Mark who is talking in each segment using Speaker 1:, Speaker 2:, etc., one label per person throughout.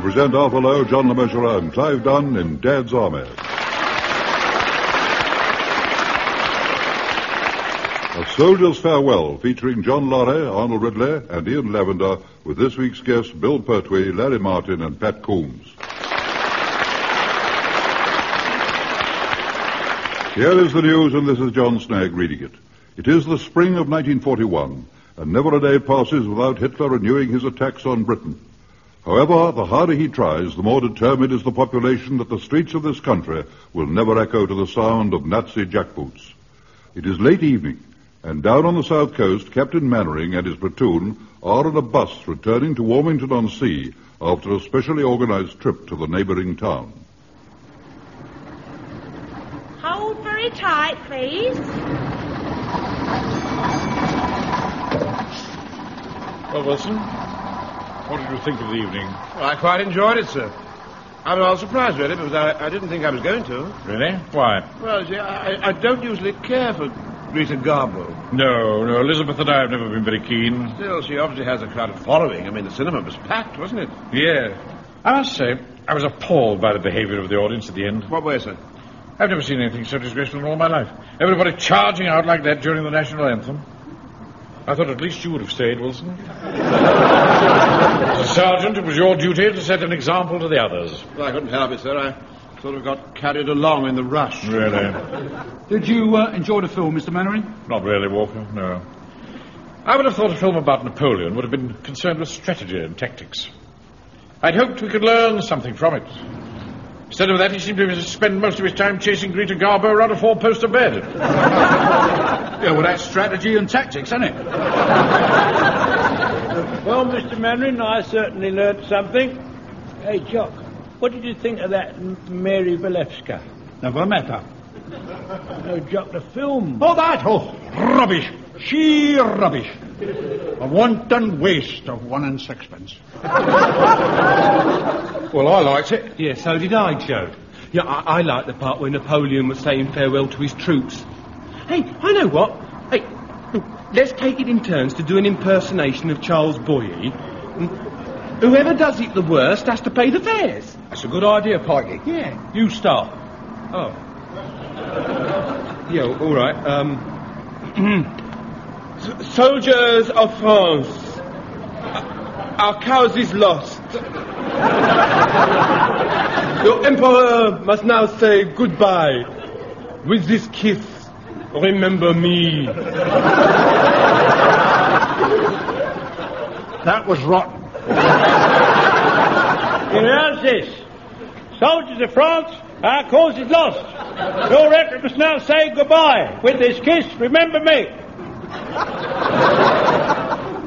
Speaker 1: present Arthur John Le Mesurier, and Clive Dunn in Dad's Army. A Soldier's Farewell, featuring John Lorry, Arnold Ridley, and Ian Lavender, with this week's guests Bill Pertwee, Larry Martin, and Pat Coombs. Here is the news, and this is John Snag reading it. It is the spring of 1941, and never a day passes without Hitler renewing his attacks on Britain. However, the harder he tries, the more determined is the population that the streets of this country will never echo to the sound of Nazi jackboots. It is late evening, and down on the south coast, Captain Mannering and his platoon are on a bus returning to Warmington-on-Sea after a specially organized trip to the neighboring town.
Speaker 2: Hold very tight, please.
Speaker 3: Well, Wilson, what did you think of the evening?
Speaker 4: Well, I quite enjoyed it, sir. I was rather surprised, really, because I, I didn't think I was going to.
Speaker 3: Really? Why?
Speaker 4: Well, see, I, I don't usually care for Greta Garbo.
Speaker 3: No, no, Elizabeth and I have never been very keen.
Speaker 4: Still, she obviously has a crowded following. I mean, the cinema was packed, wasn't it?
Speaker 3: Yeah. I must say, I was appalled by the behavior of the audience at the end.
Speaker 4: What way, sir?
Speaker 3: I've never seen anything so disgraceful in all my life. Everybody charging out like that during the national anthem. I thought at least you would have stayed, Wilson. As a sergeant, it was your duty to set an example to the others.
Speaker 4: Well, I couldn't help it, sir. I sort of got carried along in the rush.
Speaker 3: Really?
Speaker 5: Did you uh, enjoy the film, Mr. Mannering?
Speaker 3: Not really, Walker, no. I would have thought a film about Napoleon would have been concerned with strategy and tactics. I'd hoped we could learn something from it. Instead of that, he seemed to spend most of his time chasing Greta Garbo around a four-poster bed.
Speaker 5: Yeah, well, that's strategy and tactics, isn't it?
Speaker 6: Well, Mr. Mandarin, I certainly learnt something. Hey, Jock, what did you think of that M- Mary Belevska?
Speaker 5: Never met her.
Speaker 6: No, Jock, the film.
Speaker 5: Oh, that whole rubbish. Sheer rubbish. A wanton waste of one and sixpence.
Speaker 3: Well, I liked it.
Speaker 7: Yeah, so did I, Joe. Yeah, I, I liked the part where Napoleon was saying farewell to his troops. Hey, I know what. Hey, look, let's take it in turns to do an impersonation of Charles Boyer. And Whoever does it the worst has to pay the fares.
Speaker 8: That's a good idea, Pikey.
Speaker 7: Yeah.
Speaker 8: You start.
Speaker 7: Oh. Yeah, all right. Um, S- soldiers of France, our cause is lost. Your emperor must now say goodbye. With this kiss, remember me.
Speaker 5: That was rotten.
Speaker 6: You know this? Soldiers of France, our cause is lost. Your Emperor must now say goodbye. With this kiss, remember me.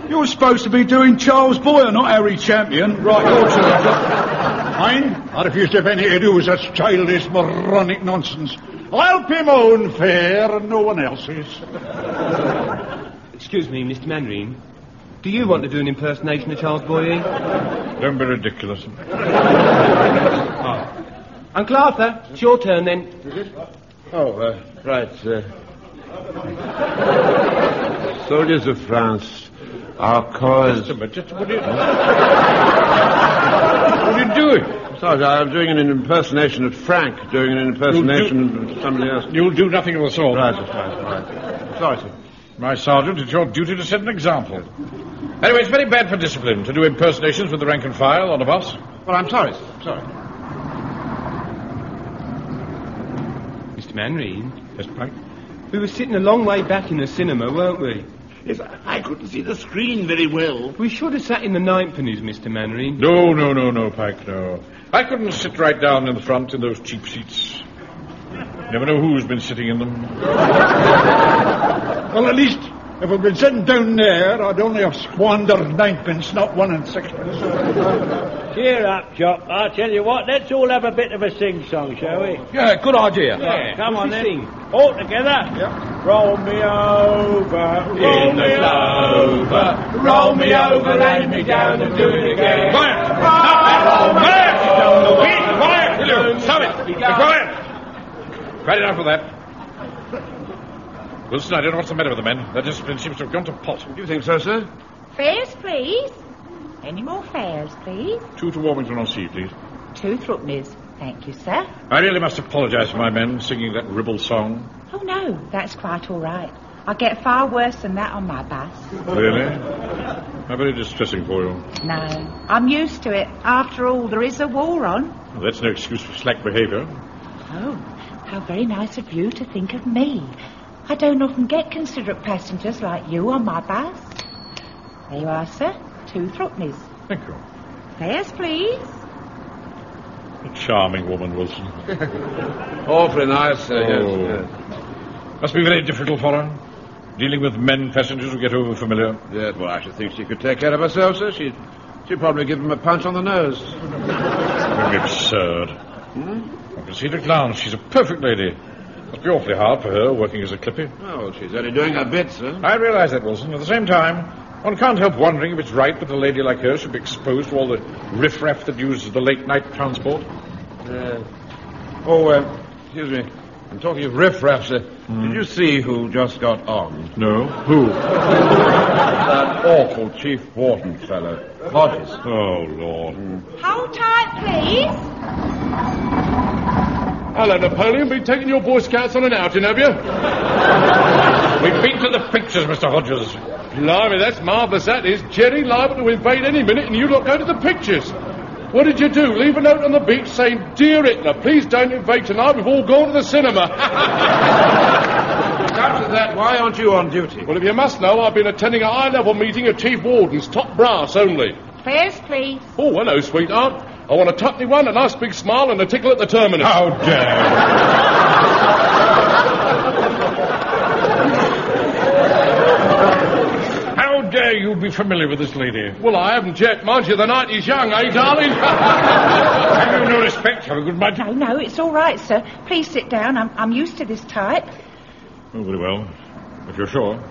Speaker 5: You were supposed to be doing Charles Boyer, not Harry Champion. Right, your turn. Mine? I refuse to have anything to do with such childish, moronic nonsense. I'll pay my own fare and no one else's.
Speaker 7: Excuse me, Mr. Mandarin. Do you want to do an impersonation of Charles Boyer?
Speaker 3: Don't be ridiculous.
Speaker 7: Ah. Uncle Arthur, it's your turn then.
Speaker 4: Oh, uh, right. Uh. Soldiers of France, our cause.
Speaker 3: Just a minute, just- what are you... what are you doing?
Speaker 4: Sorry, I'm doing an impersonation of Frank, doing an impersonation of somebody else.
Speaker 3: You'll do nothing of the sort.
Speaker 4: Right, right, right. Sorry, sir.
Speaker 3: My sergeant, it's your duty to set an example. Anyway, it's very bad for discipline to do impersonations with the rank and file on a bus.
Speaker 4: Well, I'm sorry, sir. Sorry.
Speaker 7: Mr. Mandarin,
Speaker 3: Yes, Mike.
Speaker 7: we were sitting a long way back in the cinema, weren't we?
Speaker 9: Yes, I couldn't see the screen very well.
Speaker 7: We should have sat in the ninepenies, Mr. Mandarin.
Speaker 3: No, no, no, no, Pike, no. I couldn't sit right down in the front in those cheap seats. Never know who's been sitting in them.
Speaker 5: Well, at least if I'd been sitting down there, I'd only have squandered ninepence, not one and sixpence.
Speaker 6: Cheer up, Jock. I tell you what, let's all have a bit of a sing-song, shall we?
Speaker 8: Yeah, good idea.
Speaker 6: Yeah, come on
Speaker 7: What's
Speaker 6: then.
Speaker 7: he sing?
Speaker 6: All together.
Speaker 3: Oh,
Speaker 6: Roll me over. Roll me over. Roll me over, lay me down and do it again.
Speaker 3: Quiet! Stop that! Quiet! Be quiet! Will you? Stop it! Be quiet! Quite enough of that. Wilson, I don't know what's the matter with the men. Their discipline seems to have gone to pot.
Speaker 4: You think so, sir?
Speaker 2: Fares, please. Any more fares, please?
Speaker 3: Two to Warmington on sea, please.
Speaker 2: Two threepennies. Thank you, sir.
Speaker 3: I really must apologise to my men singing that ribble song.
Speaker 2: Oh, no, that's quite all right. I get far worse than that on my bus.
Speaker 3: Really? How very distressing for you.
Speaker 2: No, I'm used to it. After all, there is a war on.
Speaker 3: Well, that's no excuse for slack behaviour.
Speaker 2: Oh, how very nice of you to think of me. I don't often get considerate passengers like you on my bus. There you are, sir. Two threepennies.
Speaker 3: Thank you.
Speaker 2: Fares, please.
Speaker 3: A charming woman, Wilson.
Speaker 4: Awfully Oh, nice, sir,
Speaker 3: Oh,
Speaker 4: yes.
Speaker 3: Must be very difficult for her. Dealing with men passengers who get over familiar.
Speaker 4: Yes, well, I should think she could take care of herself, sir. She'd, she'd probably give him a punch on the nose.
Speaker 3: Very absurd. I can see at a glance she's a perfect lady. Must be awfully hard for her working as a clippy.
Speaker 4: Oh, she's only doing her bit, sir.
Speaker 3: I realise that, Wilson. At the same time, one can't help wondering if it's right that a lady like her should be exposed to all the riffraff that uses the late night transport.
Speaker 4: Uh, Oh, uh, excuse me. I'm talking of riffraff, sir.
Speaker 3: Mm.
Speaker 4: Did you see who just got on?
Speaker 3: No. Who?
Speaker 4: That awful Chief Wharton fellow. Hodges.
Speaker 3: Oh, Lord.
Speaker 2: Hold tight, please.
Speaker 3: Hello, Napoleon. Been taking your Boy Scouts on an outing, have you? We've been to the pictures, Mr. Hodges.
Speaker 5: Blimey, that's marvellous, that is. Jerry liable to invade any minute, and you lot go to the pictures. What did you do? Leave a note on the beach saying, Dear Hitler, please don't invade tonight. We've all gone to the cinema.
Speaker 4: After that, why aren't you on duty?
Speaker 5: well, if you must know, I've been attending a high-level meeting of Chief Warden's, top brass only.
Speaker 2: Fares, please.
Speaker 5: Oh, hello, sweetheart. I want a tuppenny one, a nice big smile, and a tickle at the terminus.
Speaker 3: How dare you. How dare you be familiar with this lady?
Speaker 5: Well, I haven't yet. Mind you, the night is young, eh, darling?
Speaker 3: Have you no respect? Have a good mind.
Speaker 2: No, no, it's all right, sir. Please sit down. I'm, I'm used to this type.
Speaker 3: Oh, very well. If you're sure.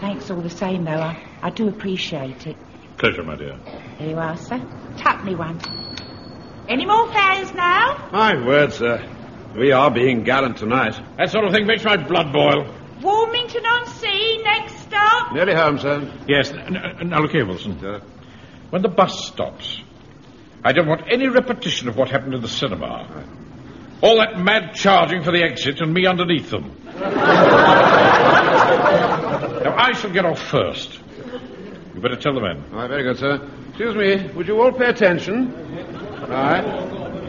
Speaker 2: Thanks all the same, though. I, I do appreciate it.
Speaker 3: Pleasure, my dear.
Speaker 2: There you are, sir. Tap me one. Any more fares now?
Speaker 4: My word, sir. We are being gallant tonight.
Speaker 3: That sort of thing makes my blood boil.
Speaker 2: Warmington on Sea, next stop.
Speaker 4: Nearly home, sir.
Speaker 3: Yes. n- n- Now, look here, Wilson. When the bus stops, I don't want any repetition of what happened in the cinema. All that mad charging for the exit and me underneath them. now, I shall get off first. You better tell the men.
Speaker 4: All right, very good, sir. Excuse me, would you all pay attention? All right.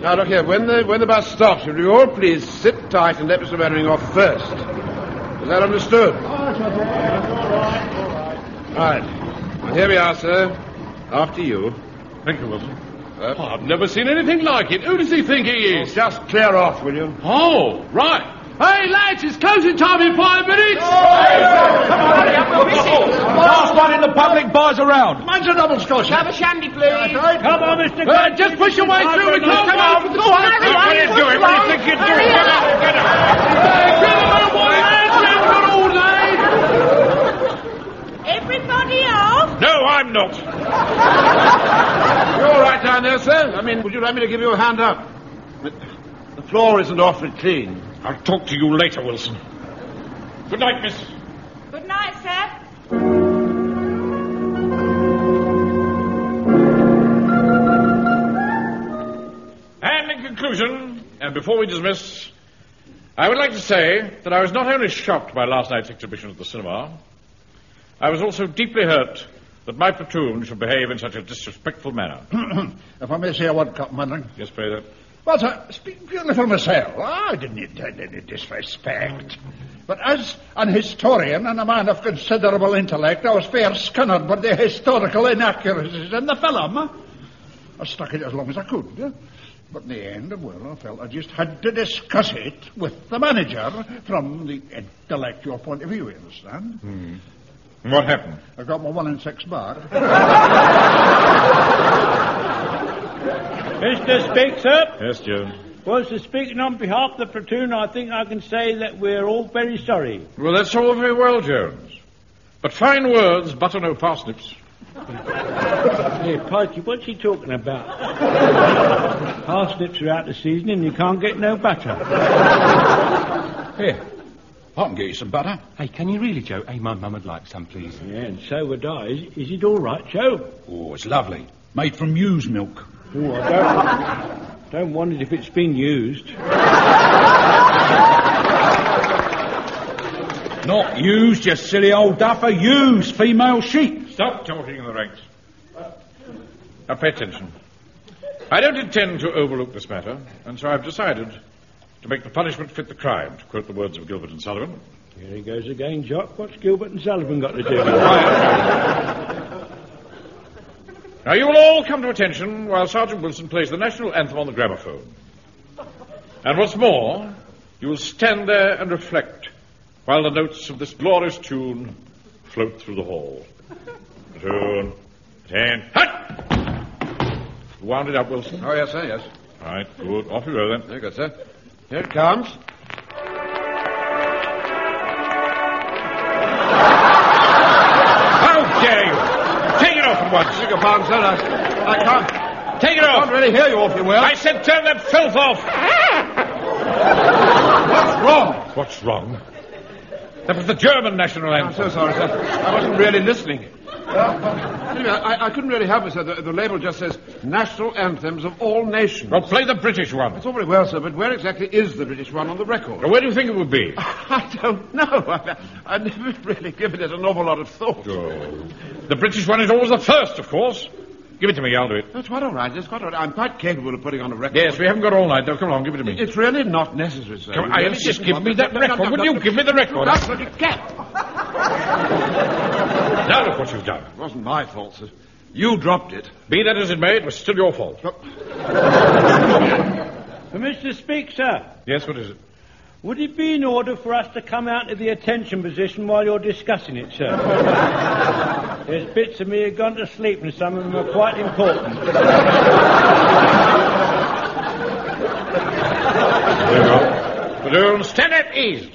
Speaker 4: Now, look here, when the, when the bus stops, would you all please sit tight and let Mr. Mannering off first? Is that understood? All right. Well, here we are, sir. After you. Uh,
Speaker 3: Thank you, Wilson.
Speaker 5: Oh, I've never seen anything like it. Who does he think he is?
Speaker 4: Just clear off, will you?
Speaker 5: Oh, right. Hey, lads, it's closing time in five minutes.
Speaker 8: Last one in the public buys around.
Speaker 5: Mine's a double scotch.
Speaker 9: Have a shandy, please.
Speaker 6: Come on, Mr.
Speaker 5: Uh, just push your way through. We can't come out. Go on. Go on. What do you think you're doing? Get up. Get up. Uh, get them out, boy. Lads, we haven't got all day.
Speaker 2: Everybody off.
Speaker 3: No, I'm not.
Speaker 4: You're all right down there, sir. I mean, would you like me to give you a hand up? The floor isn't awfully clean.
Speaker 3: I'll talk to you later, Wilson. Good night, miss.
Speaker 2: Good night, sir.
Speaker 3: And in conclusion, and before we dismiss, I would like to say that I was not only shocked by last night's exhibition at the cinema, I was also deeply hurt that my platoon should behave in such a disrespectful manner.
Speaker 8: if I may say a word, Captain Manning.
Speaker 3: yes, Fraser.
Speaker 8: Well,
Speaker 5: uh,
Speaker 8: I speak beautiful myself. I didn't intend any disrespect. But as an historian and a man of considerable intellect, I was fair scunnered by the historical inaccuracies in the film. eh? I stuck it as long as I could. eh? But in the end, well, I felt I just had to discuss it with the manager from the intellectual point of view, you understand?
Speaker 5: Hmm.
Speaker 3: What happened?
Speaker 8: I got my one and six bar.
Speaker 6: Mr. Speaks up.
Speaker 3: Yes, Joan.
Speaker 6: Well, so speaking on behalf of the platoon, I think I can say that we're all very sorry.
Speaker 3: Well, that's all very well, Jones. But fine words butter no parsnips.
Speaker 6: Hey, Pikey, what's he talking about? Parsnips are out of season and you can't get no butter.
Speaker 3: Here.
Speaker 5: I can get you some butter.
Speaker 7: Hey, can you really, Joe? Hey, my mum would like some, please.
Speaker 6: Yeah, and so would I. Is, is it all right, Joe?
Speaker 5: Oh, it's lovely. Made from ewe's milk.
Speaker 6: Oh, I don't, don't want it if it's been used.
Speaker 5: Not ewes, you silly old duffer. Ewes, female sheep.
Speaker 3: Stop talking in the ranks. Now pay attention. I don't intend to overlook this matter, and so I've decided to make the punishment fit the crime, to quote the words of Gilbert and Sullivan.
Speaker 6: Here he goes again, Jock. What's Gilbert and Sullivan got to do with it?
Speaker 3: Now you will all come to attention while Sergeant Wilson plays the national anthem on the gramophone. And what's more, you will stand there and reflect while the notes of this glorious tune float through the hall. Tune, ten, hut! You Wound it up, Wilson.
Speaker 4: Oh, yes, sir, yes.
Speaker 3: All right, good. Off you go then.
Speaker 4: Very good, sir. Here it comes.
Speaker 3: How dare you! Take it off at once!
Speaker 4: Beg your pardon, sir. I, I can't,
Speaker 3: Take it
Speaker 4: can't
Speaker 3: off!
Speaker 4: really hear you awfully well.
Speaker 3: I said turn that filth off!
Speaker 4: What's wrong?
Speaker 3: What's wrong? That was the German national
Speaker 4: I'm
Speaker 3: anthem.
Speaker 4: so sorry, sir. I wasn't really listening. Anyway, I, I couldn't really help it, sir. The, the label just says National Anthems of All Nations.
Speaker 3: Well, play the British one.
Speaker 4: It's all very well, sir, but where exactly is the British one on the record?
Speaker 3: Now, Where do you think it would be?
Speaker 4: I don't know. I, I've never really given it an awful lot of thought.
Speaker 3: The British one is always the first, of course. Give it to me, I'll do it.
Speaker 4: That's quite all right. It's quite all right. I'm quite capable of putting on a record.
Speaker 3: Yes, we haven't got all night, though. Come along, give it to me.
Speaker 4: It's really not necessary, sir.
Speaker 3: Come on,
Speaker 4: You really
Speaker 3: Iris, just
Speaker 4: shouldn't
Speaker 3: give
Speaker 4: want
Speaker 3: me
Speaker 4: it.
Speaker 3: that
Speaker 4: No, no, no,
Speaker 3: record.
Speaker 4: no,
Speaker 3: Will
Speaker 4: no,
Speaker 3: you
Speaker 4: no.
Speaker 3: give me the record?
Speaker 4: That's what you get.
Speaker 3: Now look what you've done.
Speaker 4: It wasn't my fault, sir. You dropped it. Oh.
Speaker 3: Be that as it may, it was still your fault.
Speaker 6: Permission to speak, sir.
Speaker 3: Yes, what is it?
Speaker 6: Uh, Would it be in order for us to come out of the attention position while you're discussing it, sir? There's bits of me who have gone to sleep and some of them are quite important.
Speaker 3: But don't stand at ease.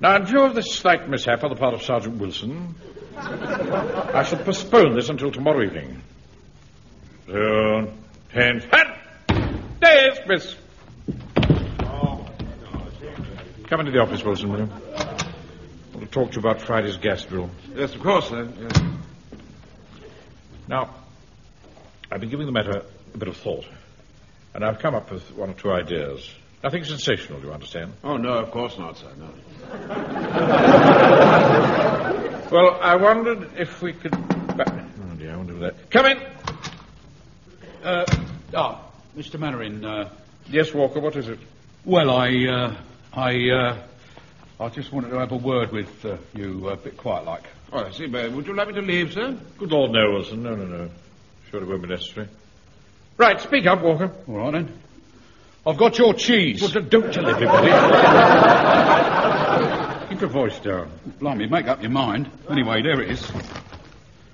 Speaker 3: Now, in view of this slight mishap on the part of Sergeant Wilson, I shall postpone this until tomorrow evening. Soon, ten, ten. Yes, miss. Come into the office, Wilson, will you? I want to talk to you about Friday's gas bill.
Speaker 4: Yes, of course, sir. Yes.
Speaker 3: Now, I've been giving the matter a bit of thought, and I've come up with one or two ideas. Nothing sensational, you understand.
Speaker 4: Oh, no, of course not, sir. No.
Speaker 3: Well, I wondered if we could. Oh dear, I wonder if that. Come in.
Speaker 5: Uh, ah, Mr. Mannering, uh,
Speaker 3: Yes, Walker. What is it?
Speaker 5: well, I, uh, I, uh, I just wanted to have a word with uh, you, a bit quiet like.
Speaker 4: Oh, I see. But would you like me to leave, sir?
Speaker 3: Good Lord, no, Wilson. No, no, no. Sure, it won't be necessary. Right, speak up, Walker.
Speaker 5: All right, then. I've got your cheese.
Speaker 3: Well, don't tell everybody. Keep your voice down.
Speaker 5: Blimey, make up your mind. Anyway, there it is.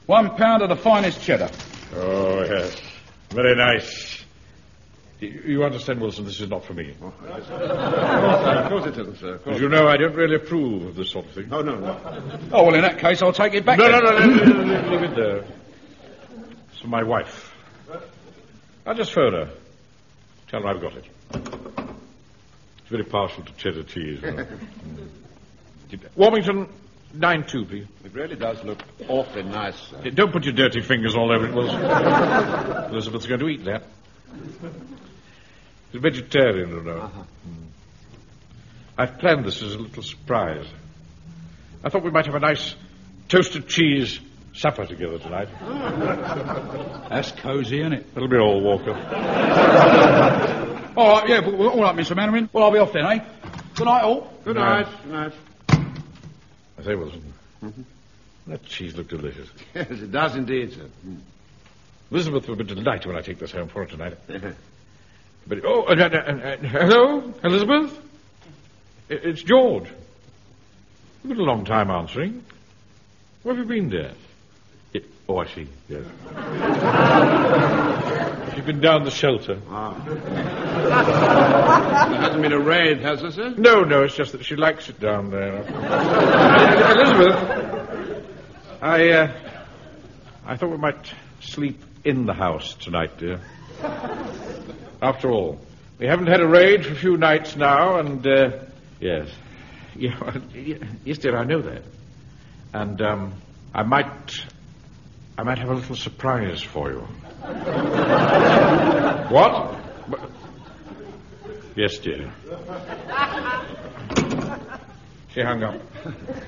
Speaker 5: One pound of the finest cheddar.
Speaker 3: Oh yes, very nice. You, you understand, Wilson? This is not for me.
Speaker 4: Of
Speaker 5: Oh,
Speaker 4: course it isn't, sir. Of
Speaker 3: As
Speaker 4: course.
Speaker 3: you know, I don't really approve of this sort of thing.
Speaker 4: Oh, no, no.
Speaker 5: Oh, well, in that case, I'll take it back.
Speaker 3: No,
Speaker 5: then.
Speaker 3: no, no, no, no, no, no, leave it there. It's for my wife. I'll just phone her. Tell her I've got it. She's very partial to cheddar cheese. you know. Mm. Warmington, 9 2, please.
Speaker 4: It really does look awfully nice, sir.
Speaker 3: Don't put your dirty fingers all over it, Wilson. Elizabeth's going to eat that. It's vegetarian, you know.
Speaker 5: Uh-huh.
Speaker 3: Mm. I've planned this as a little surprise. I thought we might have a nice toasted cheese supper together tonight.
Speaker 5: That's cosy, isn't it?
Speaker 3: That'll be all, Walker.
Speaker 5: All right, yeah, but, all right, Mr. Mannering. Well, I'll be off then, eh? Good night, all.
Speaker 4: Good
Speaker 3: No.
Speaker 4: night. Good night.
Speaker 3: I say, Wilson. That cheese looked delicious.
Speaker 4: Mm-hmm. Yes, it does indeed, sir. Mm.
Speaker 3: Elizabeth will be delighted when I take this home for her tonight. But oh, uh, uh, uh, uh, hello, Elizabeth. I- It's George. You've been a long time answering. Where have you been, dear? Y- Oh, I see. Yes. You've been down the shelter.
Speaker 4: There Ah. hasn't been a raid, has there, sir?
Speaker 3: No, no, it's just that she likes it down there. Elizabeth, I, uh, I thought we might sleep in the house tonight, dear. After all, We haven't had a raid for a few nights now, and, uh, yes. Yeah, well, y- yes, dear, I know that. And, um, I might. I might have a little surprise for you. what? Wha- Yes, dear. She hung up.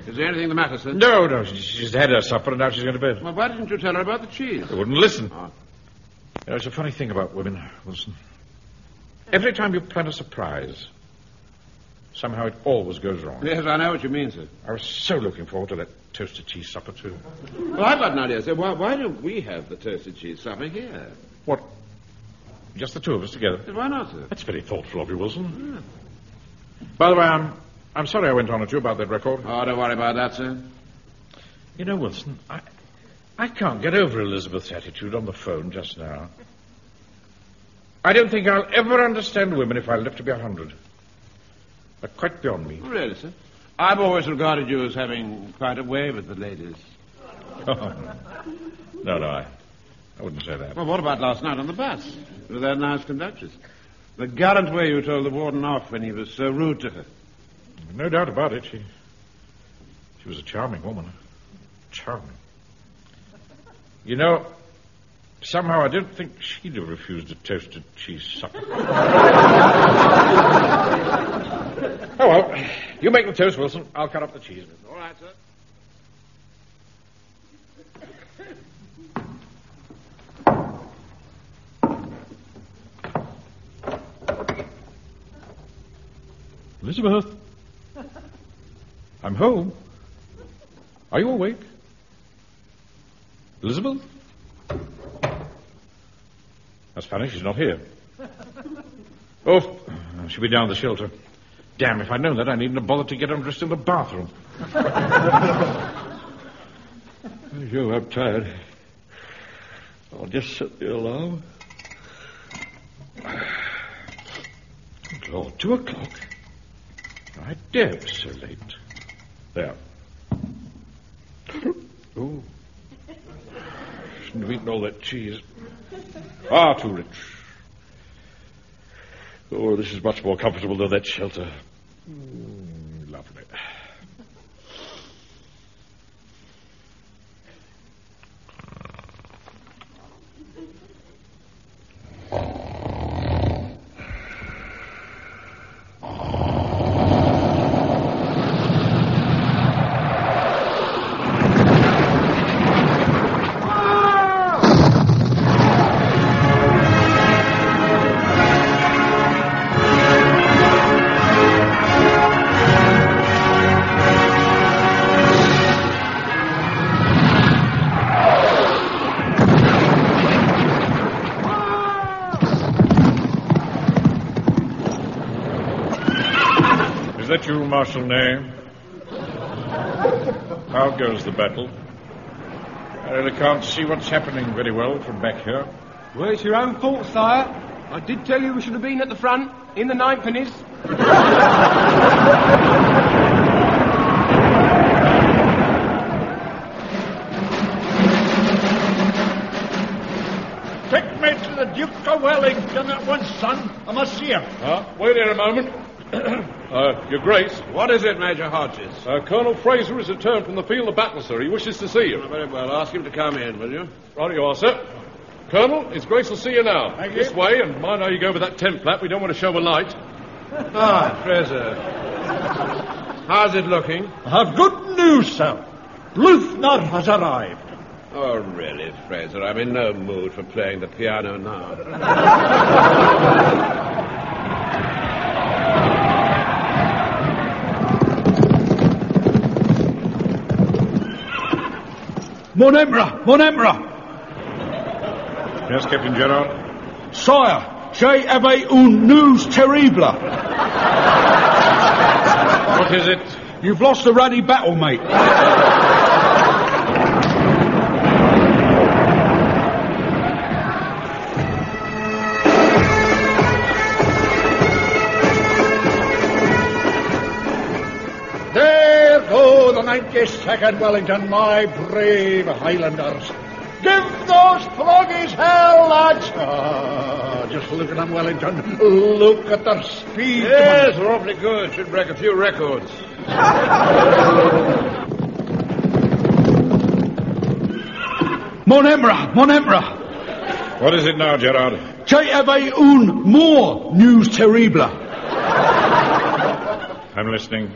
Speaker 4: Is there anything the matter, sir?
Speaker 3: No, no, she- she's had her supper and now she's going to bed.
Speaker 4: Well, why didn't you tell her about the cheese? Ah.
Speaker 3: They wouldn't listen. You know, it's a funny thing about women, Wilson. Every time you plan a surprise, somehow it always goes wrong.
Speaker 4: Yes, I know what you mean, sir.
Speaker 3: I was so looking forward to that toasted cheese supper, too.
Speaker 4: Well, I've got an idea, sir. Why, why don't we have the toasted cheese supper here?
Speaker 3: What? Just the two of us together?
Speaker 4: Why not, sir?
Speaker 3: That's very thoughtful of you, Wilson. By the way, I'm, I'm sorry I went on at you about that record.
Speaker 4: Oh, don't worry about that, sir.
Speaker 3: You know, Wilson, I, I can't get over Elizabeth's attitude on the phone just now. I don't think I'll ever understand women if I live to be a hundred. They're quite beyond me.
Speaker 4: Really, sir? I've always regarded you as having quite a way with the ladies.
Speaker 3: Oh, No, no, I, I wouldn't say that.
Speaker 4: Well, what about last night on the bus? With that nice conductress. The gallant way you told the warden off when he was so rude to her.
Speaker 3: No doubt about it. She, she was a charming woman. Charming. You know, somehow I don't think she'd have refused a toasted cheese supper. oh, well. You make the toast, Wilson. I'll cut up the cheese.
Speaker 4: All right, sir.
Speaker 3: Elizabeth. I'm home. Are you awake? Elizabeth? That's funny, she's not here. Oh, she'll be down at the shelter. Damn, if I'd known that, I needn't have bothered to get him dressed in the bathroom. Joe, I'm tired. I'll just set the alarm. Good Lord, two o'clock. I dare it's so late. There. oh. Shouldn't have eaten all that cheese. Far too rich. Oh, this is much more comfortable than that shelter. Mm, lovely. Is that you, Marshal Ney? How goes the battle? I really can't see what's happening very well from back here.
Speaker 7: Well, it's your own fault, sire. I did tell you we should have been at the front, in the ninthpennies.
Speaker 5: Take me to the Duke of Wellington at once, son. I must see him.
Speaker 3: Ah, wait here a moment. uh, Your Grace,
Speaker 4: What is it, Major Hodges?
Speaker 3: uh, Colonel Fraser has returned from the field of battle, sir. He wishes to see you.
Speaker 4: Very well. Ask him to come in, will you?
Speaker 3: Right you are, sir. Colonel, it's great to see you now. Thank this way, and mind how you go with that tent flap. We don't want to show a light.
Speaker 4: Ah, Fraser. How's it looking?
Speaker 5: I have good news, sir. Bluthner has arrived.
Speaker 4: Oh, really, Fraser? I'm in no mood for playing the piano now.
Speaker 5: Mon Emperor, Mon Emperor.
Speaker 3: Yes, Captain Gerard.
Speaker 5: Sire, j'avais une news terrible.
Speaker 3: What is it?
Speaker 5: You've lost the ruddy battle, mate.
Speaker 8: There go the 92nd Wellington, my brave
Speaker 5: Ah,
Speaker 8: Highlanders. Give those floggies hell a charge. Just look at them, Wellington. Look at their speed.
Speaker 4: Yes, we're awfully good. Should break a few records.
Speaker 5: Mon Emperor, Mon Emperor.
Speaker 3: What is it now, Gerard?
Speaker 5: J'avais un more news terrible.
Speaker 3: I'm listening.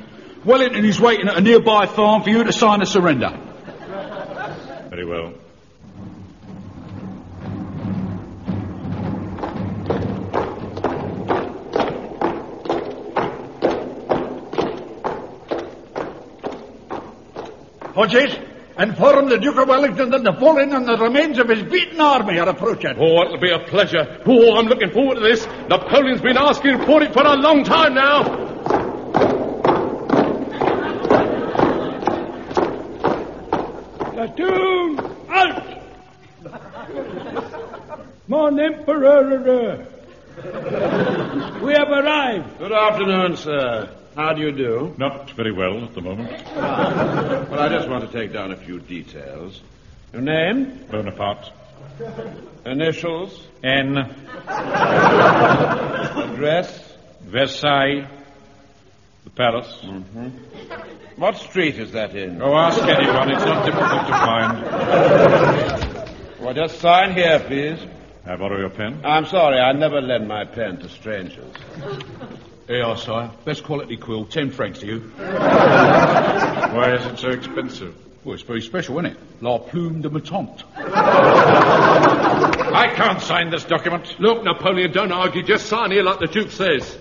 Speaker 5: Wellington is waiting at a nearby farm for you to sign a surrender.
Speaker 3: Very well.
Speaker 8: Hodges, inform the Duke of Wellington that Napoleon and the remains of his beaten army are approaching.
Speaker 7: Oh, it'll be a pleasure. Oh, I'm looking forward to this. Napoleon's been asking for it for a long time now.
Speaker 6: Platoon, out! Mon Emperor, we have arrived.
Speaker 4: Good afternoon, sir. How do you do?
Speaker 3: Not very well at the moment.
Speaker 4: Well, I just want to take down a few details. Your name?
Speaker 3: Bonaparte.
Speaker 4: Initials?
Speaker 3: N.
Speaker 4: Address?
Speaker 3: Versailles. The Paris.
Speaker 4: What street is that in?
Speaker 3: Mm-hmm. Oh, ask anyone. It's not difficult to find.
Speaker 4: Well, just sign here, please.
Speaker 3: I borrow your pen?
Speaker 4: I'm sorry, I never lend my pen to strangers.
Speaker 5: Here you are, sire. Best quality quill, ten francs to you.
Speaker 3: Why is it so expensive?
Speaker 5: Well, it's very special, isn't it? La plume de ma tante.
Speaker 3: I can't sign this document.
Speaker 7: Look, Napoleon, don't argue. Just sign here like the Duke says.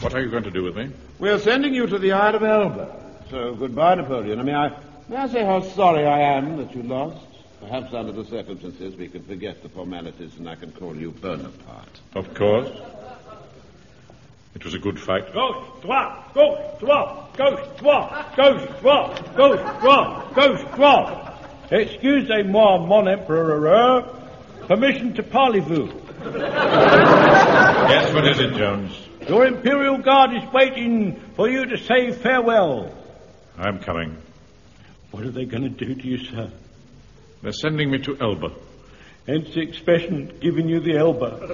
Speaker 3: What are you going to do with me?
Speaker 4: We're sending you to the Isle of Elba. So goodbye, Napoleon. I mean, I, may I say how sorry I am that you lost? Perhaps under the circumstances we can forget the formalities and I can call you Bonaparte.
Speaker 3: Of course. It was a good fight.
Speaker 6: Go, Trois, go, Trois, go, Trois, go, Trois, go, Trois, go, Trois. Excusez-moi, Mon Emperor, permission to parley vous.
Speaker 3: Yes, what is it, Jones?
Speaker 6: Your Imperial Guard is waiting for you to say farewell.
Speaker 3: I'm coming.
Speaker 6: What are they going to do to you, sir?
Speaker 3: They're sending me to Elba.
Speaker 6: Hence the expression, giving you the elbow.
Speaker 3: Lead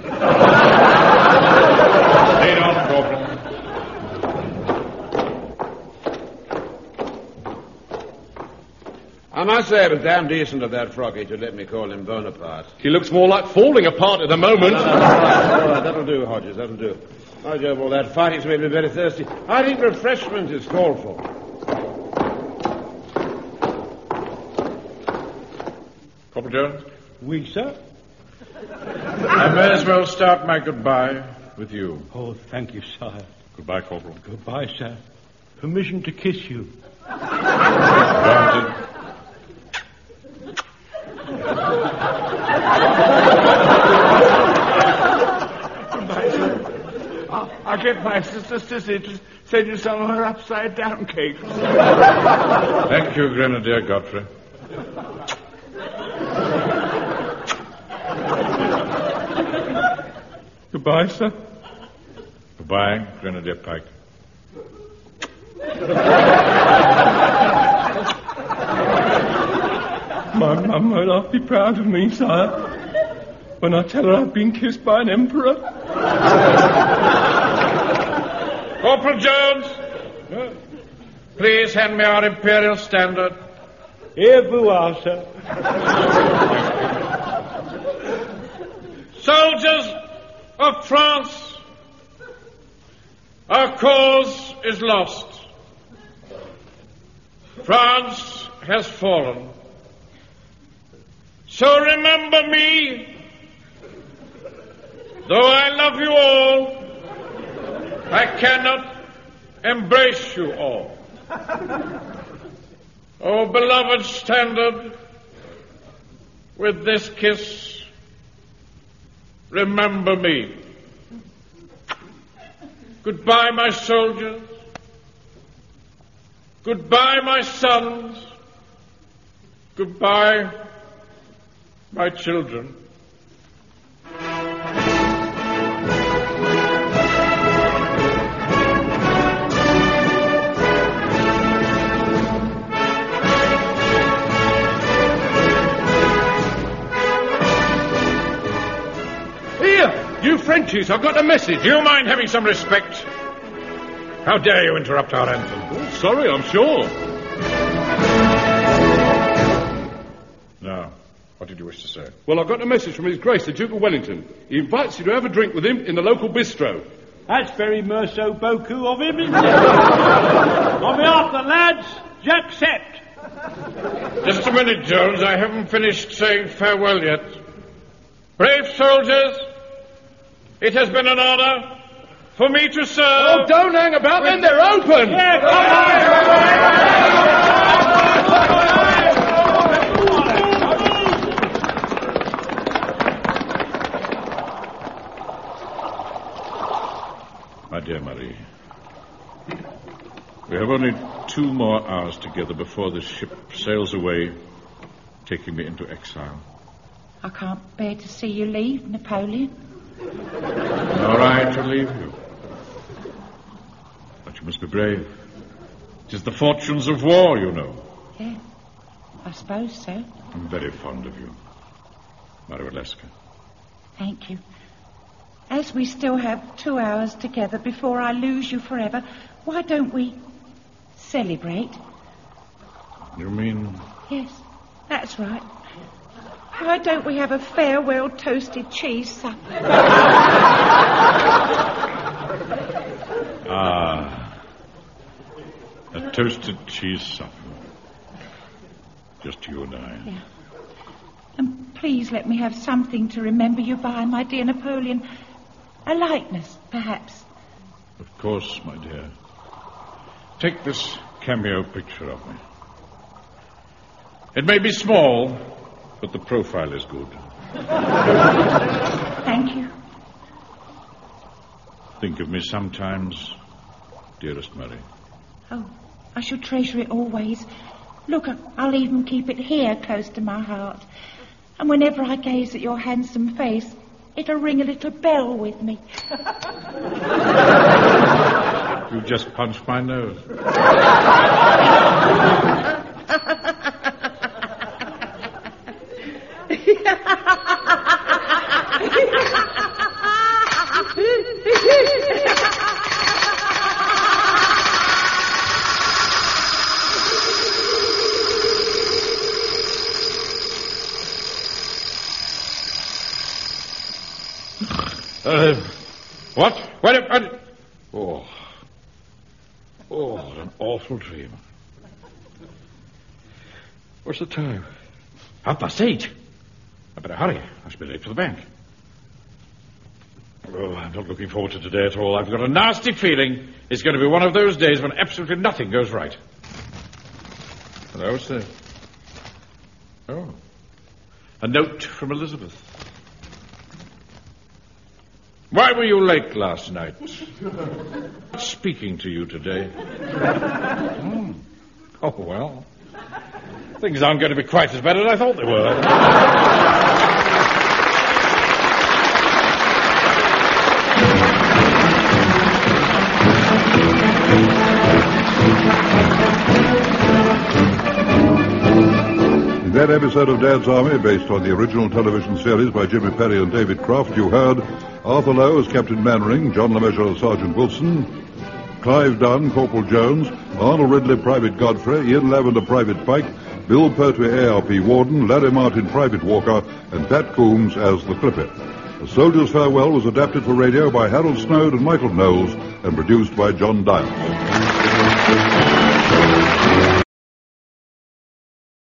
Speaker 3: on, Corporal.
Speaker 4: I must say it was damn decent of that froggy to let me call him Bonaparte.
Speaker 7: He looks more like falling apart at the moment.
Speaker 4: All right, all right, Oh, that'll do, Hodges, that'll do. I do all that fighting's made me very thirsty. I think refreshment is called for.
Speaker 3: Corporal Jones?
Speaker 6: Oui, sir?
Speaker 3: I may as well start my goodbye with you.
Speaker 6: Oh, thank you, sire.
Speaker 3: Goodbye, Corporal.
Speaker 6: Goodbye, sir. Permission to kiss you.
Speaker 3: Granted.
Speaker 9: I'll, I'll get my sister Sissy to send you some of her upside down cakes.
Speaker 3: Thank you, Grenadier Godfrey.
Speaker 7: Goodbye, sir.
Speaker 3: Goodbye, Grenadier Pike.
Speaker 7: My mum will not be proud of me, sire, when I tell her I've been kissed by an emperor.
Speaker 3: Corporal Jones! Please hand me our Imperial Standard.
Speaker 6: Here you are, sir.
Speaker 3: Soldiers of France, our cause is lost. France has fallen. So remember me. Though I love you all, I cannot embrace you all. Oh, beloved standard, with this kiss, remember me. Goodbye, my soldiers. Goodbye, my sons. Goodbye, my children. Prentice, I've got a message. Do you mind having some respect? How dare you interrupt our anthem? Oh, sorry, I'm sure. Now, what did you wish to say?
Speaker 10: Well, I've got a message from His Grace the Duke of Wellington. He invites you to have a drink with him in the local bistro.
Speaker 6: That's very merso boku of him, isn't it? On behalf of the lads, Jack Sept.
Speaker 3: Just a minute, Jones. I haven't finished saying farewell yet. Brave soldiers, it has been an honor for me to serve. Oh,
Speaker 4: don't hang about, then they're open!
Speaker 6: Yeah, come on!
Speaker 3: My dear Marie, we have only two more hours together before this ship sails away, taking me into exile.
Speaker 2: I can't bear to see you leave, Napoleon.
Speaker 3: All right, to leave you. But you must be brave. It is the fortunes of war, you know.
Speaker 2: Yeah, I suppose so.
Speaker 3: I'm very fond of you, Marie Oleska.
Speaker 2: Thank you. As we still have two hours together before I lose you forever, why don't we celebrate?
Speaker 3: You mean
Speaker 2: Yes, that's right. Why don't we have a farewell toasted cheese supper?
Speaker 3: Ah, a toasted cheese supper. Just you and I.
Speaker 2: And please let me have something to remember you by, my dear Napoleon. A likeness, perhaps.
Speaker 3: Of course, my dear. Take this cameo picture of me. It may be small, but the profile is good.
Speaker 2: Thank you.
Speaker 3: Think of me sometimes, dearest Mary.
Speaker 2: Oh, I shall treasure it always. Look, I- I'll even keep it here close to my heart. And whenever I gaze at your handsome face, it'll ring a little bell with me.
Speaker 3: You just punched my nose. Uh, what? What? what? Oh. Oh, what an awful dream. What's the time? Half past eight. I better hurry. I should be late for the bank. Oh, I'm not looking forward to today at all. I've got a nasty feeling it's going to be one of those days when absolutely nothing goes right. Hello, sir. Oh. A note from Elizabeth. Why were you late last night? Speaking to you today. Hmm. Oh, well. Things aren't going to be quite as bad as I thought they were.
Speaker 1: In that episode of Dad's Army, based on the original television series by Jimmy Perry and David Croft, you heard Arthur Lowe as Captain Mannering, John LeMessurier as Sergeant Wilson, Clive Dunn, Corporal Jones, Arnold Ridley, Private Godfrey, Ian Lavender, Private Pike, Bill Pertwee, ARP Warden, Larry Martin, Private Walker, and Pat Coombs as the Clipper. The Soldier's Farewell was adapted for radio by Harold Snowd and Michael Knowles and produced by John Dial.